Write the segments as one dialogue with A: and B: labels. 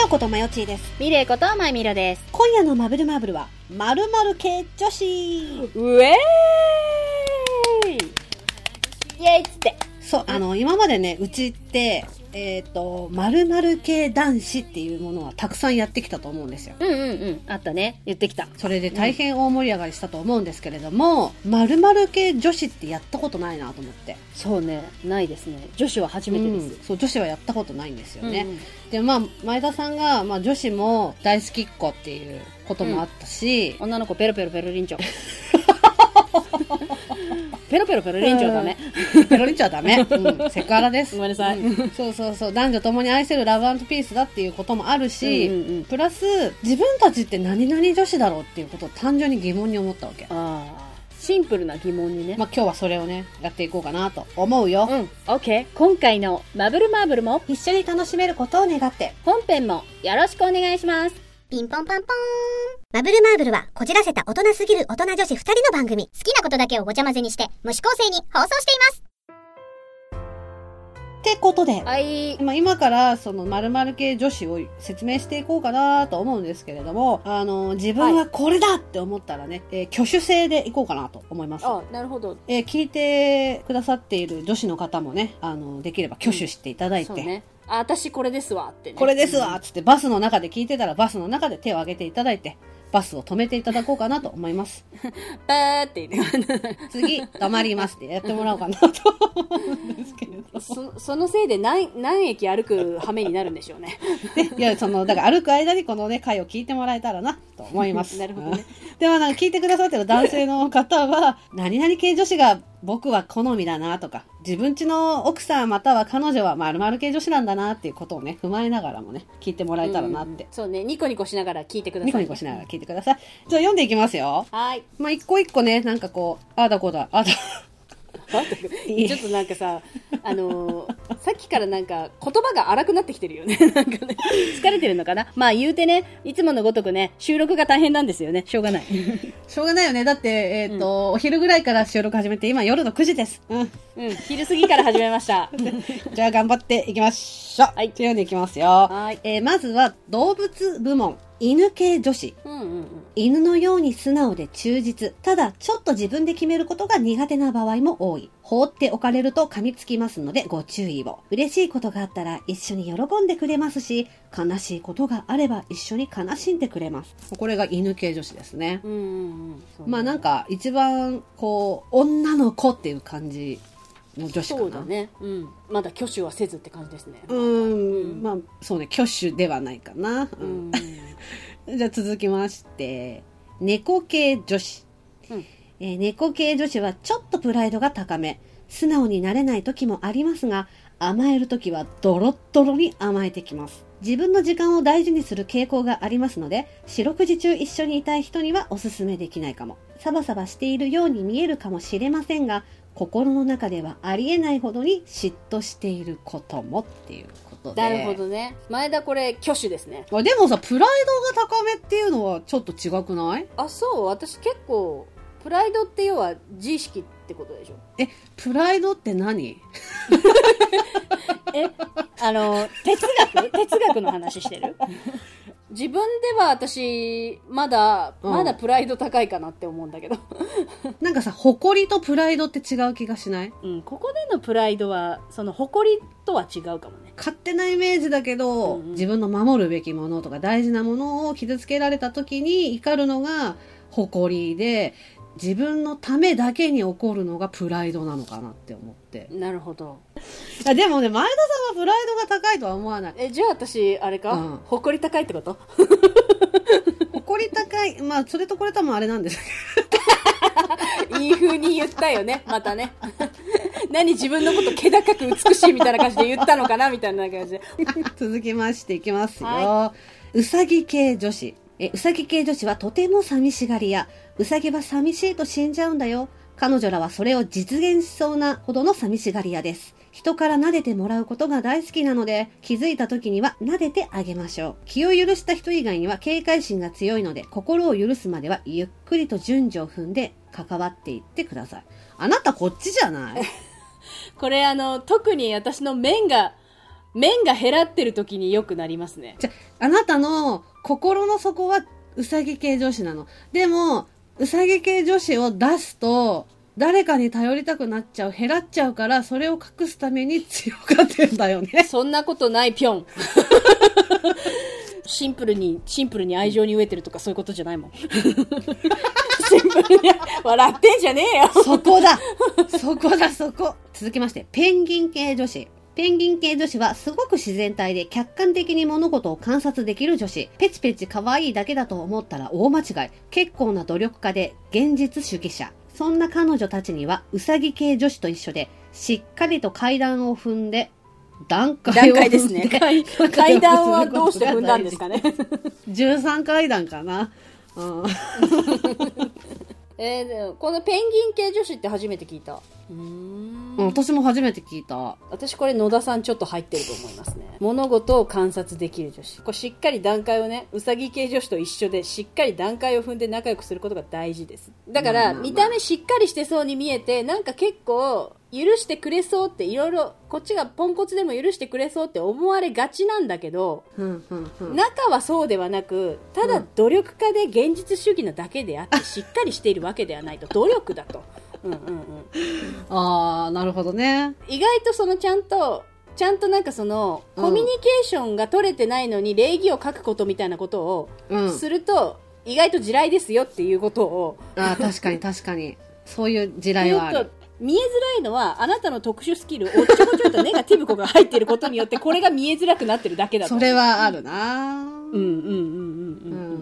A: よことまよちーです。
B: ミレイことマイミロです。
A: 今夜のマブルマーブルは、まるまる系女子。
B: うえーイイエイっつって。
A: そう、あの、今までね、うちって、えっ、と、まるまる系男子っていうものはたくさんやってきたと思うんですよ。
B: うんうんうん。あったね。言ってきた。
A: それで大変大盛り上がりしたと思うんですけれども、まるまる系女子ってやったことないなと思って。
B: そうね。ないですね。女子は初めてです。
A: うんそう、女子はやったことないんですよね。
B: うんうん
A: で、まあ、前田さんが、まあ、女子も大好きっ子っていうこともあったし、
B: 女の子ペロペロペロリ ンチョ。ペロペロペロリンチョだね。
A: ペロリンチョはダメ。うん、セクハラです。
B: ごめんなさい
A: うんそうそうそう。男女共に愛せるラブピースだっていうこともあるし、
B: うんうんうん
A: プラス、自分たちって何々女子だろうっていうことを単純に疑問に思ったわけ。
B: あーシンプルな疑問にね。
A: まあ今日はそれをね、やっていこうかなと思うよ。
B: うん。オッケー。今回のマブルマーブルも
A: 一緒に楽しめることを願って。
B: 本編もよろしくお願いします。
C: ピンポンパンポーン。マブルマーブルは、こじらせた大人すぎる大人女子二人の番組。好きなことだけをごちゃ混ぜにして、無視構成に放送しています。
A: ってことで、
B: はい。
A: まあ今からその〇〇系女子を説明していこうかなと思うんですけれども、あの、自分はこれだって思ったらね、えー挙手制でいこうかなと思います。
B: あ、なるほど。
A: えー聞いてくださっている女子の方もね、あの、できれば挙手していただいて、
B: そうね。あ、私これですわってね。
A: これですわっつってバスの中で聞いてたらバスの中で手を挙げていただいて、バスを止めていただこうかなと思います。
B: パーって言って。
A: 次、黙りますってやってもらおうかなと思うんですけれど。
B: そそのせいで何何駅歩く羽目になるんでしょうね。
A: ね、いや、その、だから歩く間にこのね、回を聞いてもらえたらな、と思います。
B: なるほどね
A: うん。では、なんか聞いてくださってる男性の方は、何々系女子が僕は好みだなとか、自分ちの奥さんまたは彼女は〇〇系女子なんだなっていうことをね、踏まえながらもね、聞いてもらえたらなって。
B: そうね、ニコニコしながら聞いてください。
A: ニコニコしながら聞いてください。じゃあ読んでいきますよ。
B: ら。はい。
A: まあ、一個一個ね、なんかこう、ああだこうだ、ああ だ。いい
B: ちょっとなんかさ、あのーさっきからなんか言葉が荒くなってきてるよね。 なんかね、疲れてるのかなまあ言うてね、いつものごとくね、収録が大変なんですよね。しょうがない。
A: しょうがないよね。だって、えっ、と、お昼ぐらいから収録始めて、今夜の9時です。うん。
B: うん、昼過ぎから始めま した。
A: じゃあ頑張っていきましょう。
B: はい
A: じゃあ読んでいきますよ。
B: はい
A: えーまずは動物部門。犬系女子。
B: うんうんうん。
A: 犬のように素直で忠実。ただ、ちょっと自分で決めることが苦手な場合も多い。放っておかれると噛みつきますのでご注意を。嬉しいことがあったら一緒に喜んでくれますし、悲しいことがあれば一緒に悲しんでくれます。これが犬系女子ですね。
B: うんうんうん。そうね
A: まあなんか一番こう、女の子っていう感じの女子かな。
B: そうだね。うん。まだ挙手はせずって感じですね。
A: うーん、まあ、そうね、挙手ではないかな。う
B: うんん。
A: じゃあ続きまして、猫系女子。
B: うん
A: えー猫系女子はちょっとプライドが高め。素直になれない時もありますが、甘える時はドロッドロに甘えてきます。自分の時間を大事にする傾向がありますので、四六時中一緒にいたい人にはおすすめできないかも。サバサバしているように見えるかもしれませんが、心の中ではありえないほどに嫉妬していることもっていうことで。
B: なるほどね。前田これ挙手ですね。
A: あでもさ、プライドが高めっていうのはちょっと違くない
B: あそう私結構プライドって要は自意識ってことでしょ
A: え、プライドって何
B: えあの哲 学哲学の話してる自分では私まだ
A: うん
B: まだプライド高いかなって思うんだけど、
A: なんかさ、誇りとプライドって違う気がしない
B: うん、ここでのプライドはその誇りとは違うかもね
A: 勝手なイメージだけど、
B: うんうん
A: 自分の守るべきものとか大事なものを傷つけられた時に怒るのが誇りで、自分のためだけに怒るのがプライドなのかなって思って。
B: なるほど
A: あでもね、前田さんはプライドが高いとは思わない。
B: えじゃあ私あれか、
A: うん
B: 誇り高いってこと
A: 誇り高い。まあ、それとこれともあれなんですけど
B: いい風に言ったよ ね、またね。何自分のこと気高く美しいみたいな感じで言ったのかなみたいな感じで。
A: 続きましていきますよ、
B: は
A: うさぎ系女子えうさぎ系女子はとても寂しがり屋うさぎは寂しいと死んじゃうんだよ彼女らはそれを実現しそうなほどの寂しがり屋です人から撫でてもらうことが大好きなので気づいた時には撫でてあげましょう気を許した人以外には警戒心が強いので心を許すまではゆっくりと順序を踏んで関わっていってくださいあなたこっちじゃない
B: これあの、特に私の面が麺が減らってる時によくなりますね。
A: じゃあ、あなたの心の底はうさぎ系女子なの。でも、うさぎ系女子を出すと、誰かに頼りたくなっちゃう、減らっちゃうから、それを隠すために強がってんだよね。
B: そんなことないぴょ ん。シンプルに、シンプルに愛情に飢えてるとかそういうことじゃないもん。シンプルに、笑ってんじゃねえよ。
A: そこだそこだそこ続きまして、ペンギン系女子。ペンギン系女子はすごく自然体で客観的に物事を観察できる女子。ペチペチ可愛いだけだと思ったら大間違い。結構な努力家で現実主義者。そんな彼女たちにはうさぎ系女子と一緒で、しっかりと階段を踏んで、段階
B: 段
A: を踏んで。
B: 階ですね。階階段はどうして踏んだんですかね。
A: 13階段かな。うん。
B: えー、でもこのペンギン系女子って初めて聞いた。うーん
A: うん私も初めて聞いた。
B: 私これ野田さんちょっと入ってると思いますね物事を観察できる女子これしっかり段階をねうさぎ系女子と一緒でしっかり段階を踏んで仲良くすることが大事ですだか
A: まあ
B: ら
A: まあまあ
B: 見た目しっかりしてそうに見えてなんか結構許してくれそうっていろいろこっちがポンコツでも許してくれそうって思われがちなんだけど
A: うんうんうん。
B: 中はそうではなくただ努力家で現実主義なだけであってしっかりしているわけではないと努力だとうんうんうん
A: あー、なるほどね。
B: 意外とそのちゃんとちゃんとなんかその
A: うん
B: コミュニケーションが取れてないのに礼儀を書くことみたいなこと
A: う
B: を
A: ん。
B: すると、意外と地雷ですよっていうことを
A: あー確かに確かに。そういう地
B: 言
A: 雷はある
B: うと。見えづらいのはあなたの特殊スキルおっちょこちょいとネガティブ子が入ってることによってこれが見えづらくなってるだけだと
A: それはあるな
B: うんうんうんうん
A: うん
B: うんうん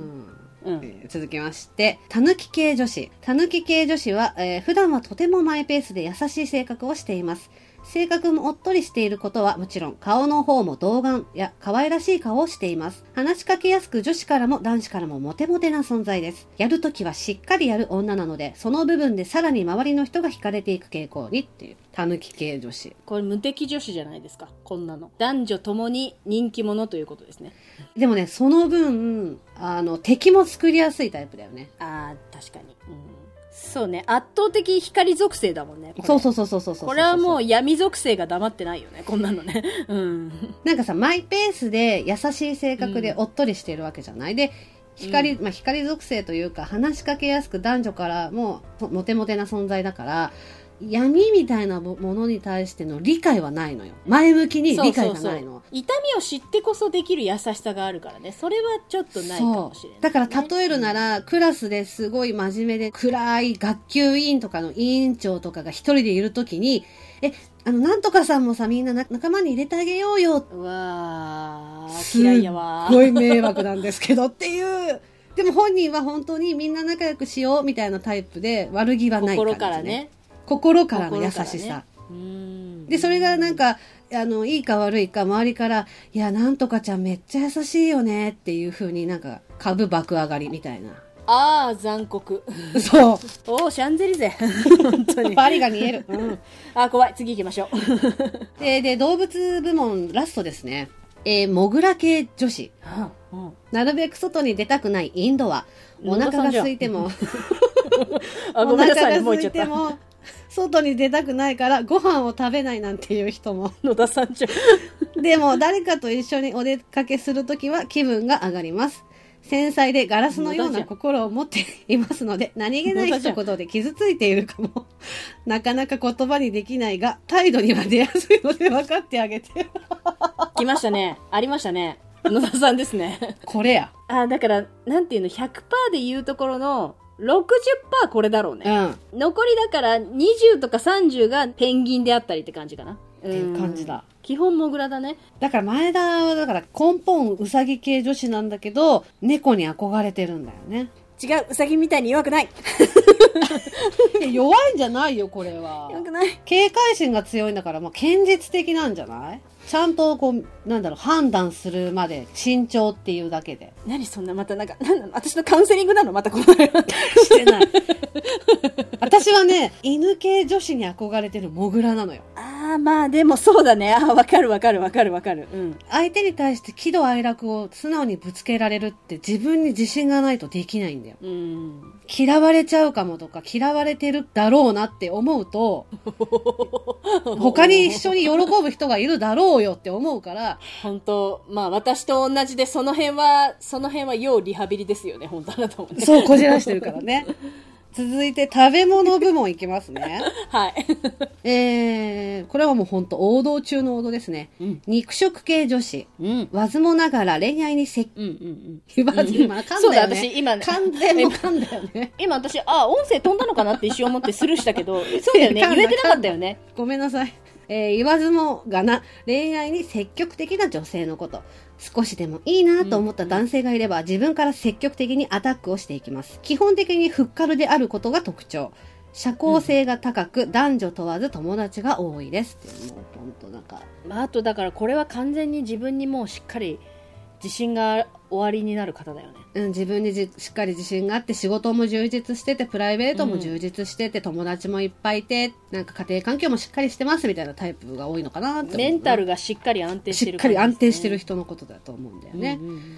B: うん
A: えー続きまして、たぬき系女子。たぬき系女子は、えー普段はとてもマイペースで優しい性格をしています。性格もおっとりしていることはもちろん、顔の方も童顔や可愛らしい顔をしています。話しかけやすく女子からも男子からもモテモテな存在です。やるときはしっかりやる女なので、その部分でさらに周りの人が惹かれていく傾向にっていう、たぬき系女子。
B: これ無敵女子じゃないですかこんなの男女ともに人気者ということですね
A: でもね、その分、あの、敵も作りやすいタイプだよね。
B: あー確かに、うん、そうね圧倒的光属性だもんねこれ
A: そうそうそうそうそうそう。
B: これはもう闇属性が黙ってないよねこんなのね うん
A: なんかさ、マイペースで優しい性格でおっとりしてるわけじゃない、で、光、まあ、光属性というか、話しかけやすく男女からもとモテモテな存在だから、闇みたいなもものに対しての理解はないのよ。前向きに 理解が
B: そうそ
A: な
B: う
A: い
B: そう
A: の。
B: 痛みを知ってこそできる優しさがあるからねそれはちょっとないかもしれない、ね、
A: だから例えるなら、クラスですごい真面目で暗い学級委員とかの委員長とかが一人でいるときに、え、あの、なんとかさんもさ、みんなな仲間に入れてあげようよ
B: うわー
A: す
B: 嫌いやわ
A: っごい迷惑なんですけどっていう。でも本人は本当にみんな仲良くしようみたいなタイプで悪気はない感じ、
B: 心からね
A: 心からの
B: 心
A: 優
B: からね
A: しさ。
B: うん
A: で、それがなんか、あの、いいか悪いか周りから、いや、なんとかちゃんめっちゃ優しいよねっていう風になんか株爆上がりみたい な。
B: ああ残酷
A: そ
B: おおシャンゼリゼ 本当
A: う。
B: に
A: バリが見える。うん。
B: あー怖い次行きましょう
A: で、で、動物部門ラストですね。えー、モグラ系女子。
B: うん
A: なるべく外に出たくないインドは、お腹が空いても、
B: あ ご
A: お
B: めんな
A: 腹
B: さい
A: が
B: ねもう
A: 空
B: 行
A: い
B: っちゃ
A: て
B: った
A: も外に出たくないからご飯を食べないなんていう人 も
B: 野田さんちょ
A: でも誰かと一緒にお出かけするときは気分が上がります繊細でガラスのような心を持っていますの で何気ない一言で傷ついているかもなかなか言葉にできないが態度には出やすいので分かってあげて
B: 来ましたねありましたね野田さんですね
A: これや
B: あーだから、なんていうの、100%で言うところの、60%これだろう
A: う
B: ね。
A: んっ
B: 残りだから、20とか30がペンギンであったりって感じかな。って
A: ていう感じ。だ
B: 基本モグラだね。
A: だから前田はだから根本うさぎ系女子なんだけど猫に憧れてるんだよね
B: 違う、ウサギみたいに弱くない。
A: 弱いんじゃないよこれは
B: 弱くない。
A: 警戒心が強いんだから、まあ、堅実的なんじゃないちゃんとこう、なんだろう、判断するまで慎重っていうだけで。
B: 何そんな、またなんか、なんなの私のカウンセリングなのまたこの
A: してない。私はね、犬系女子に憧れてるモグラなのよ。
B: あああ、まあでもそうだね。ああ、わかるわかるわかるわかる。うん。
A: 相手に対して喜怒哀楽を素直にぶつけられるって自分に自信がないとできないんだよ。
B: うん。
A: 嫌われちゃうかもとか、嫌われてるだろうなって思うと、他に一緒に喜ぶ人がいるだろうよって思うから、
B: 本当まあ私と同じで、その辺は、その辺は要リハビリですよね、本当あなたもね。
A: そうこじらしてるから ね。続いて食べ物部門いきますね。
B: はい。
A: えー、これはもうほんと王道中の王道ですね。
B: うん。
A: 肉食系女子。
B: うん。
A: わずもながら恋愛に接
B: うんうんうん。
A: 近はず、今噛ん
B: そう
A: だ
B: だ、
A: よね。
B: 私今ね、
A: 完全も噛んだよね。
B: 今私、ああ、音声飛んだのかなって一瞬思ってスルーしたけど、 そうだよね。
A: 噛んだ
B: 言えてなかったよね。
A: ごめんなさい。 えー言わずもがな恋愛に積極的な女性のこと少しでもいいなと思った男性がいれば自分から積極的にアタックをしていきます基本的にフッカルであることが特徴社交性が高く、男女問わず友達が多いですってもう本当なんか
B: まあ、あとだからこれは完全に自分にもうしっかり自信が終わりになる方だよね。
A: うん、自分にじしっかり自信があって仕事も充実しててプライベートも充実してて、友達もいっぱいいてなんか家庭環境もしっかりしてますみたいなタイプが多いのかなって思うな
B: メンタルがしっかり安定し
A: して
B: る
A: っ
B: 感
A: かり
B: じですね、
A: 安定してる人のことだと思うんだよね
B: う。んうんうん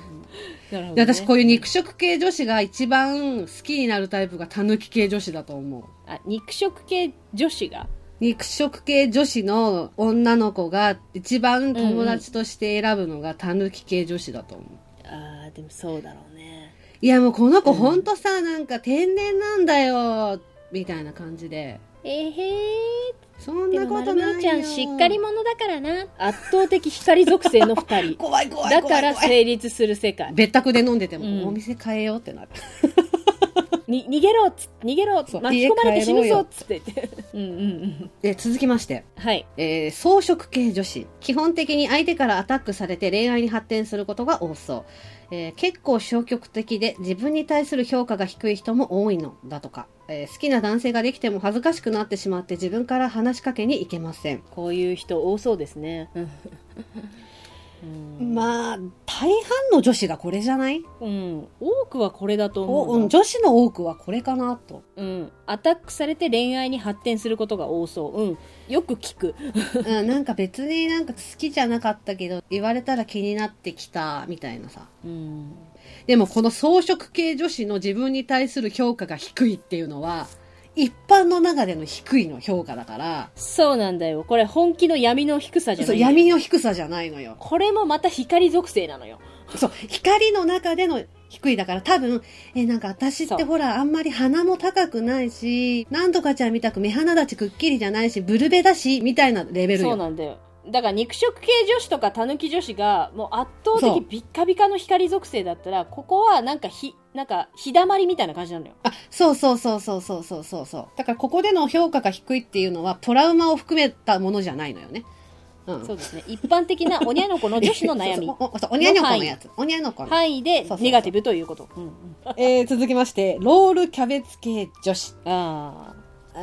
B: なるほどね
A: で私こういう肉食系女子が一番好きになるタイプがたぬき系女子だと思う。
B: あ肉食系女子が
A: 肉食系女子の女の子が一番友達として選ぶのがたぬき系女子だと思う。
B: あーでもそうだろうね
A: いやもうこの子ほんとさ、なんか天然なんだよ、みたいな感じで。
B: えへ
A: そん
B: ーで
A: な
B: も
A: こ
B: ま
A: と
B: る
A: ないよ。
B: まるちゃんしっかり者だからな圧倒的光属性の二人
A: 怖い怖い怖い
B: だ
A: 怖
B: か
A: い
B: ら成立する世界
A: 別宅で飲んでても、
B: うん
A: お店変えようってなって。
B: に逃げろっつ逃げろっつ
A: そう
B: 巻き込まれて死ぬ
A: 家帰ろうよ
B: ぞっつって言ってうんうんうん
A: で、続きまして。
B: はい
A: えー草食系女子基本的に相手からアタックされて恋愛に発展することが多そう、えー結構消極的で自分に対する評価が低い人も多いのだとか、えー好きな男性ができても恥ずかしくなってしまって自分から話しかけに行けません
B: こういう人多そうですねうん、
A: まあ大半の女子がこれじゃない、
B: うん、多くはこれだと思うな
A: おうん女子の多くはこれかなと、
B: うん、アタックされて恋愛に発展することが多そう、うん、よく聞く、
A: うん、なんか別になんか好きじゃなかったけど言われたら気になってきたみたいなさ
B: うん、
A: でもこの草食系女子の自分に対する評価が低いっていうのは、一般の中での低いの評価だから、
B: そうなんだよこれ本気の闇の低さじゃ
A: そ
B: な
A: う
B: いんだよ
A: 闇の低さじゃないのよ。
B: これもまた光属性なのよ
A: そう、光の中での低いだから多分、え、なんか私っ
B: そ
A: て
B: う
A: ほら、あんまり鼻も高くないし、なんとかちゃんみたく目鼻立ちくっきりじゃないし、ブルベだし、みたいなレベル
B: そう
A: よ。
B: なんだよだから肉食系女子とかたぬき女子がもう圧倒
A: そ
B: 的
A: う
B: ビッカビカの光属性だったらここはなんかひなんか日だまりみたいな感じなのよ
A: あ、そうそうそうそうそうそうそうそう。だからここでの評価が低いっていうのは、トラウマを含めたものじゃないのよね。うん。
B: そうですね一般的なおにゃの子の女子の悩 み
A: そうそうおおそうおにゃにょこのやつ。おにゃのこの。
B: 範囲
A: そう
B: で
A: そうそう
B: ネガティブということうんうん
A: えー続きまして、ロールキャベツ系女子。
B: あ
A: あ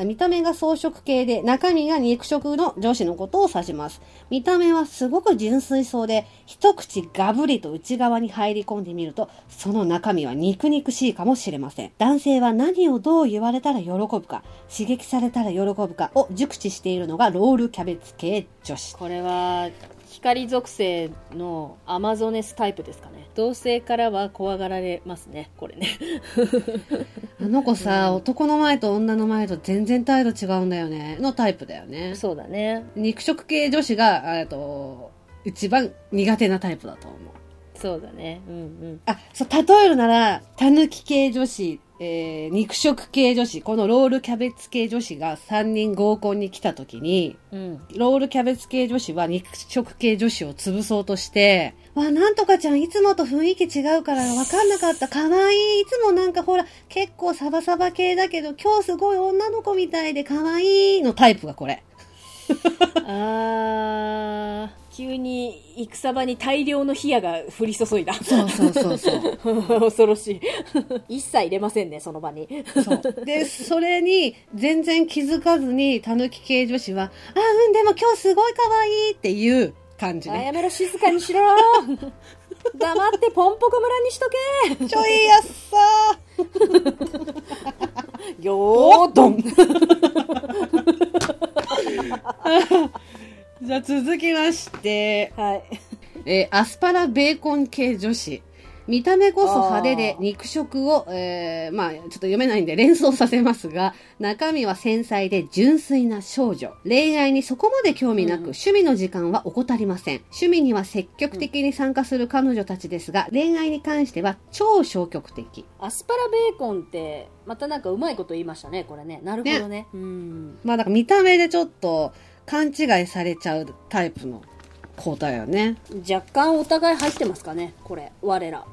A: 見た目が草食系で、中身が肉食の女子のことを指します。見た目はすごく純粋そうで、一口ガブリと内側に入り込んでみると、その中身は肉肉しいかもしれません。男性は何をどう言われたら喜ぶか、刺激されたら喜ぶかを熟知しているのがロールキャベツ系女子
B: ー。これは光属性のアマゾネスタイプですかね同性からは怖がられますねこれね
A: あの子さ、男の前と女の前と全然態度違うんだよね。のタイプだよね。
B: そうだね
A: 肉食系女子が、えっと、一番苦手なタイプだと思う。
B: そうだねうんうん
A: あ、そう、例えるなら、たぬき系女子、えー肉食系女子、このロールキャベツ系女子が3人合コンに来た時に、
B: うん
A: ロールキャベツ系女子は肉食系女子を潰そうとして、わ、なんとかちゃんいつもと雰囲気違うからわかんなかった。かわいい。いつもなんかほら、結構サバサバ系だけど、今日すごい女の子みたいでかわいいのタイプがこれ。
B: あー急に戦場に大量の冷やが降り注いだ
A: そうそうそうそう。
B: 恐ろしい 一切入れませんねその場に
A: そう。で、それに、全然気づかずに、たぬき系女子は、あ、うん、でも今日すごい可愛いっていう感じ
B: あ
A: ね。
B: やめろ静かにしろ 黙ってポンポコ村にしとけ
A: ちょいやっさ
B: よーどん
A: ー続きまして、
B: はい。
A: えーアスパラベーコン系女子。見た目こそ派手で
B: あー
A: 肉食を、えーまあちょっと読めないんで連想させますが、中身は繊細で純粋な少女。恋愛にそこまで興味なく、
B: うん
A: 趣味の時間は怠りません。趣味には積極的に参加する彼女たちですが、恋愛に関しては超消極的。
B: アスパラベーコンって、またなんかうまいこと言いましたね、これね。なるほどね。うん。
A: まあだから見た目でちょっと勘違いされちゃうタイプの子だよね。
B: 若干お互い入ってますかね、これ。我ら。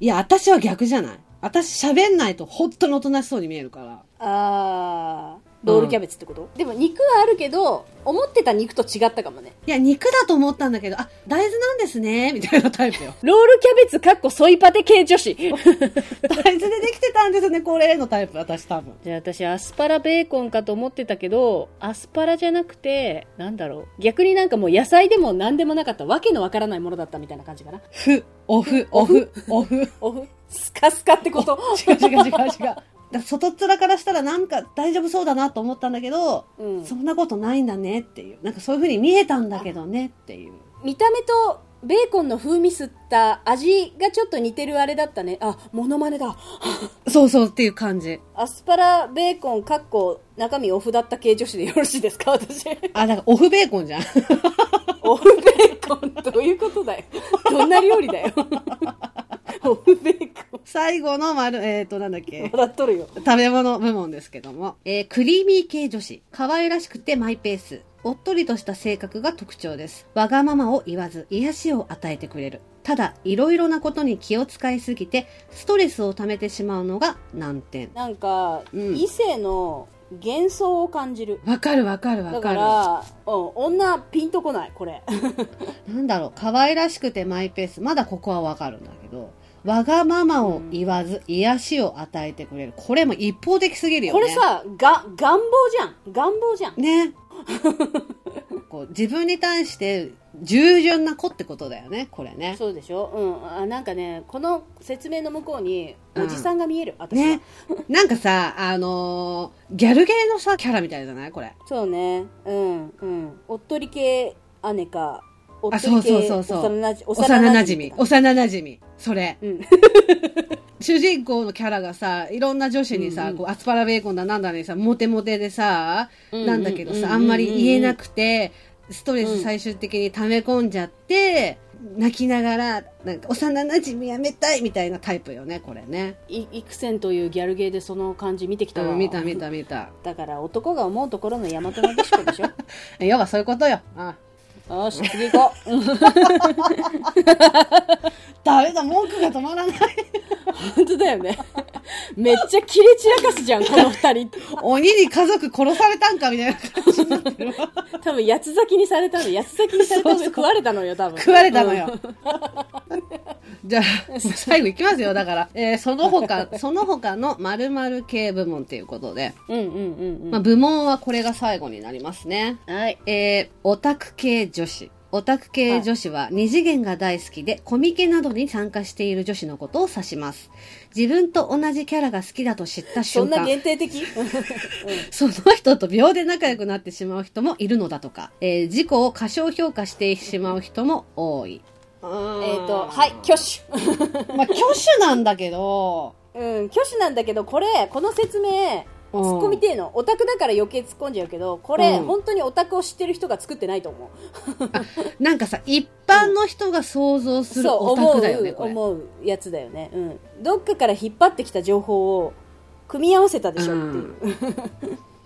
A: いや、私は逆じゃない。私喋んないと本当におとなしそうに見えるから。
B: あー、ロールキャベツってこと、でも肉はあるけど、思ってた肉と違ったかもね。。
A: いや、肉だと思ったんだけど、あ、大豆なんですね、みたいなタイプよ
B: ロールキャベツかっこソイパテ系女 子。
A: 大豆でできてたんですね、これのタイプ、私多分。
B: じゃあ私アスパラベーコンかと思ってたけどアスパラじゃなくてなんだろう逆になんかもう野菜でも何でもなかったわけのわからないものだったみたいな感じかな
A: ふ、オフ、オフ、オフ。違う
B: おふスカスカってこと
A: 違う違う違う。だから外っ面からしたらなんか大丈夫そうだなと思ったんだけど、
B: うん
A: そんなことないんだねっていう。なんかそういう風に見えたんだけどねっていう。
B: 見た目とベーコンの風味吸った味がちょっと似てるあれだったねあモノマネだ
A: そうそうっていう感じ。
B: アスパラベーコンかっこ中身オフだった系女子でよろしいですか私
A: あ、だからオフベーコンじゃん。
B: オフベーコンどういうことだよどんな料 理だよオフベーコン
A: 最後の丸、えっ、ー、と、なんだっけ。
B: 笑っとるよ
A: 食べ物部門ですけども、えークリーミー系女子可愛らしくてマイペースおっとりとした性格が特徴ですわがままを言わず癒しを与えてくれるただいろいろなことに気を使いすぎてストレスを溜めてしまうのが難点
B: なんか、
A: うん
B: 異性の幻想を感じる
A: わかるわかるわか
B: だか
A: る
B: ら、うん、女ピンとこないこれ
A: なんだろう可愛らしくてマイペースまだここはわかるんだけどわがままを言わず癒しを与えてくれるこれも一方的すぎるよね
B: これさが願望じゃん願望じゃん
A: ね こう自分に対して従順な子ってことだよねこれね
B: そうでしょうんあなんかねこの説明の向こうに
A: うん
B: おじさんが見える、私は
A: ねなんかさあのーギャルゲーのさキャラみたいじゃないこれ
B: そうねうんうんおっとり系姉かおっと
A: あそ
B: り
A: うそう
B: 系
A: そうそう
B: 幼なじ
A: 幼
B: 馴
A: な
B: 染
A: じ
B: み
A: み
B: か
A: 幼なじみそれ
B: うん、
A: 主人公のキャラがさいろんな女子にさ、
B: うんうん
A: こうアスパラベーコンだなんだにさモテモテでさ、
B: うんうん
A: なんだけど
B: うんうん
A: さあんまり言えなくてストレ
B: うん
A: ス最終的に溜め込んじゃって、泣きながらなんか幼なじみやめたいみたいなタイプよねこれね、
B: いイクセンというギャルゲーでその感じ見てきたわ、
A: うん、見た見た見た
B: だから男が思うところの大和なでしこでしょ
A: 要はそういうことよ。 あ
B: よし、 次行こう。
A: ダメだ、文句が止まら ない。
B: 本当だよね。 めっちゃ切れ散らかすじゃん、この二人。
A: 鬼に家族殺されたんかみたいな 感じになってるわ
B: 多分、八つ咲きにされたの、八つ咲きにされたの
A: そうそう
B: 食われたのよ、多分。
A: 食われたのよ。 じゃあ、最後いきますよ。だから、えーその他、その他の〇〇系部門ということで、
B: うん。うんうんうん
A: まあ、部門はこれが最後になりますね。
B: うん。はい。
A: えーオタク系女子。オタク系女子は二次元が大好きで、コミケなどに参加している女子のことを指します。自分と同じキャラが好きだと知った
B: そ
A: 瞬
B: んな
A: 間、
B: 限定的
A: その人と秒で仲良くなってしまう人もいるのだとか、えー自己を過小評価してしまう人も多い。えっ、
B: えっと、はい、挙手。
A: まあ、挙手なんだけど、
B: うん、挙手なんだけど、これ、この説明、
A: うん
B: 突っ込みてえの。オタクだから余計突っ込んじゃうけど、これ、
A: うん
B: 本当にオタクを知ってる人が作ってないと思う。
A: なんかさ、一般の人が想像する
B: そう
A: オタクだよね、こ
B: 思う
A: れ。
B: 思うやつだよね、うん、どっかから引っ張ってきた情報を組み合わせたでしょっていう、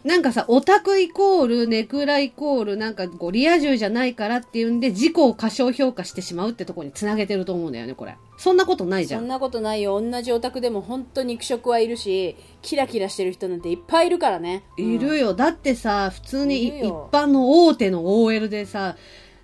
A: なんかさ、オタクイコール、ネクライコール、なんかこう、リア充じゃないからっていうんで、自己を過小評価してしまうってとこに繋げてると思うんだよね、これ。そんなことないじゃ
B: そん
A: ん。
B: なことないよ同じオタクでも本当に肉食はいるしキラキラしてる人なんていっぱいいるからね
A: いるよ。だってさ、普通に
B: いる
A: い一
B: よ
A: 般の大手の OL でさ、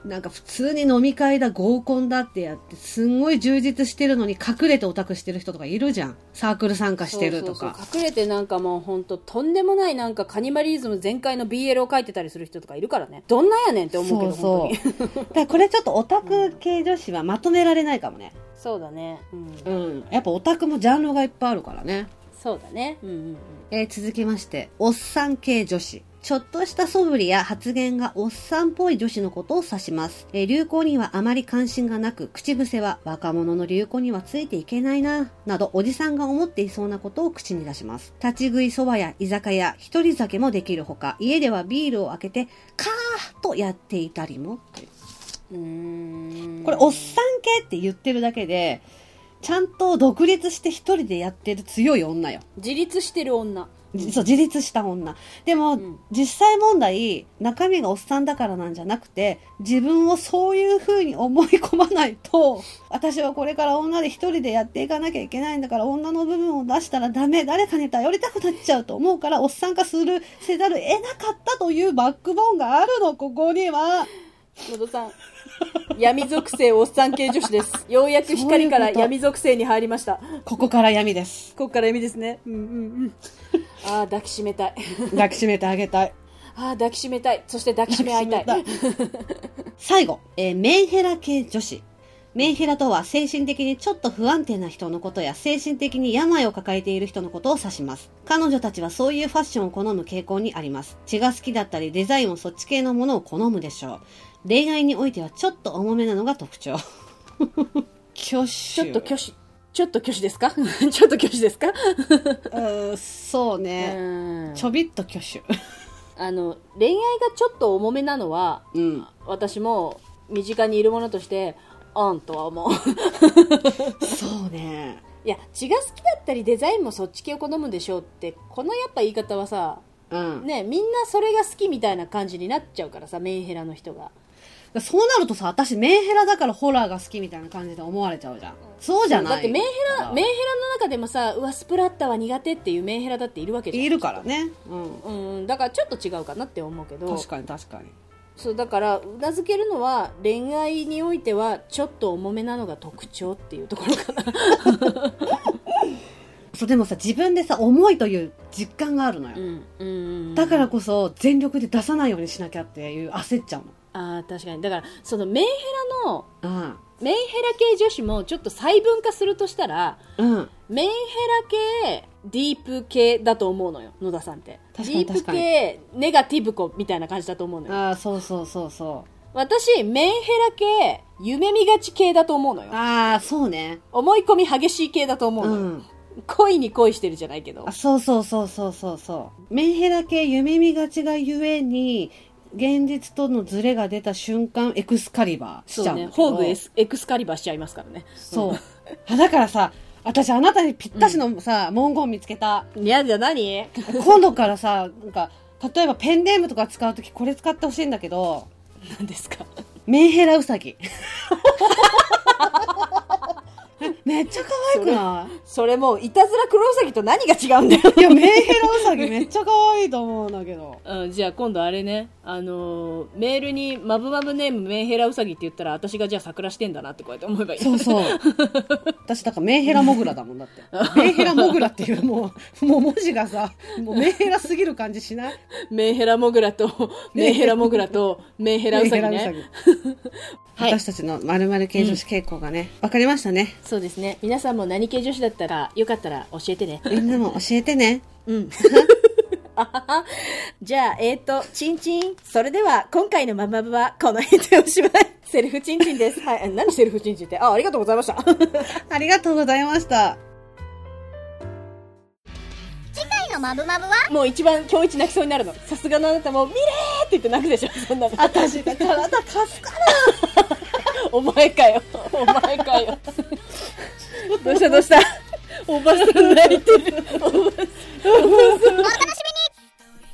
A: なんか普通に飲み会だ、合コンだってやって、すんごい充実してるのに隠れてオタクしてる人とかいるじゃん。サークル参加してると
B: そう
A: か
B: そう。そう隠れてなんかもう本当とんでもないなんかカニバリズム全開の BL を書いてたりする人とかいるからねどんなやねんって思うけど本当に
A: う。 だからこれちょっとオタク系女子はまとめられないかもね。
B: そうだね、うん、
A: うん。やっぱオタクもジャンルがいっぱいあるからね。
B: そうだねうんうんうん
A: えー続きまして、おっさん系女子。ちょっとした素振りや発言がおっさんっぽい女子のことを指します。えー流行にはあまり関心がなく、口癖は若者の流行にはついていけないな、などおじさんが思っていそうなことを口に出します。立ち食いそばや居酒屋、一人酒もできるほか、家ではビールを開けて、カーッとやっていたりも。という
B: うーん
A: これ、おっさん系って言ってるだけで、ちゃんと独立して一人でやってる強い女よ。
B: 自立してる女
A: じそう自立した女でも、
B: うん
A: 実際問題中身がおっさんだからなんじゃなくて自分をそういう風に思い込まないと 私はこれから女で一人でやっていかなきゃいけないんだから女の部分を出したらダメ誰かに頼りたくなっちゃうと思うからおっさん化するせざるを得なかったというバックボーンがあるのここに は
B: 野田さん闇属性おっさん系女子ですようやく光から闇属性に入りました
A: ここから闇です
B: ここから闇ですねうんうんうんああ抱きしめたい
A: 抱きしめてあげたい
B: ああ抱きしめたいそして抱きしめ合いたい
A: 抱きしめたい最後、えーメンヘラ系女子。メンヘラとは精神的にちょっと不安定な人のことや精神的に病を抱えている人のことを指します。彼女たちはそういうファッションを好む傾向にあります。血が好きだったりデザインもそっち系のものを好むでしょう。恋愛においてはちょっと重めなのが特徴。挙手。
B: ち
A: ち
B: ょっと虚子ちょっと虚子ですか ちょっと虚子ですか
A: 手。そうね。
B: うん
A: ちょびっと挙手。
B: あの恋愛がちょっと重めなのは
A: うん。
B: 私も身近にいるものとしてあんとは思う
A: そうね。
B: いや血が好きだったりデザインもそっち系を好むでしょうってこのやっぱ言い方はさ
A: うん。
B: ねみんなそれが好きみたいな感じになっちゃうからさメンヘラの人が
A: そうなるとさ、私メンヘラだからホラーが好きみたいな感じで思われちゃうじゃん。そうじゃない。
B: だってメンヘラメン
A: ン
B: ヘラの中でもさうわスプラッタは苦手っていうメンヘラだっているわけじゃん
A: いるからね。うん。
B: うんだからちょっと違うかなって思うけど
A: 確かに確かに。
B: そうだからうなずけるのは恋愛においてはちょっと重めなのが特徴っていうところ かな
A: そう、でもさ、自分でさ、重いという実感があるのよ。
B: んうん
A: だからこそ、全力で出さないようにしなきゃっていう焦っちゃうの。
B: あー確かにだからそのメンヘラの
A: うん。
B: メンヘラ系女子もちょっと細分化するとしたら
A: うん。
B: メンヘラ系ディープ系だと思うのよ野田さんって
A: 確かに
B: ディー
A: 確
B: プ
A: かに
B: 系ネガティブ子みたいな感じだと思うのよ
A: ああ、そうそうそうそ
B: 私メンヘラ系夢見がち系だと思うの
A: う。
B: よ
A: ああ、そうね。
B: 思い込み激しい系だと思う
A: う
B: のよ、
A: ん。
B: 恋に恋してるじゃないけど
A: あ、そうそうそうそうそうそう。メンヘラ系夢見がちがゆえに、現実とのズレが出た瞬間、エクスカリバーしち
B: そ
A: ゃ
B: う
A: うん
B: ね
A: だけど
B: ホーグエスエクスカリバーしちゃいますからね
A: そう。あだからさ、私あなたにぴったしのさ、文言見つけた。
B: いやじゃあ何
A: 今度からさ、なんか、例えばペンネームとか使うときこれ使ってほしいんだけど、
B: 何ですか
A: メンヘラウサギ。 えめっちゃ可愛くな
B: それもういたずらクロウサギと何が違うんだよ、
A: いいや、メンヘラウサギめっちゃ可愛いと思うんだけど。
B: うん、じゃあ今度あれねあのーメールに「マブマブネームメンヘラウサギ」って言ったら私がじゃあ桜してんだなってこうやって思えばいい
A: そうそう。私、だからメンヘラモグラだもんだって。メンヘラモグラっていうもう、もう文字がさ、もうメンヘラすぎる感じしない
B: メンヘラモグラ とメンヘラモグラとメンヘラウサギ
A: メンヘラウ
B: ね
A: サギ
B: はい
A: 私たちの〇〇系女子傾向がね、わ、かりましたね。
B: そうですね皆さんも何系女子だったかよかったら教え てね
A: みんなも教えてね。
B: うんじゃあえっ、ー、とチンチンそれでは今回の「マブマブ」はこの辺でおしまい セルフチンチンですはい何セルフチンチンってあありがとうございま した
A: ありがとうございました。
C: 次回のマブマブは
B: もう一番今日一泣きそうになるの。さすがのあなたも、見れーって言って泣くでしょ、そんなの。
A: 私が体かすから。
B: お前かよ。お前かよ。 どうしたどうしたおばさん泣いてる。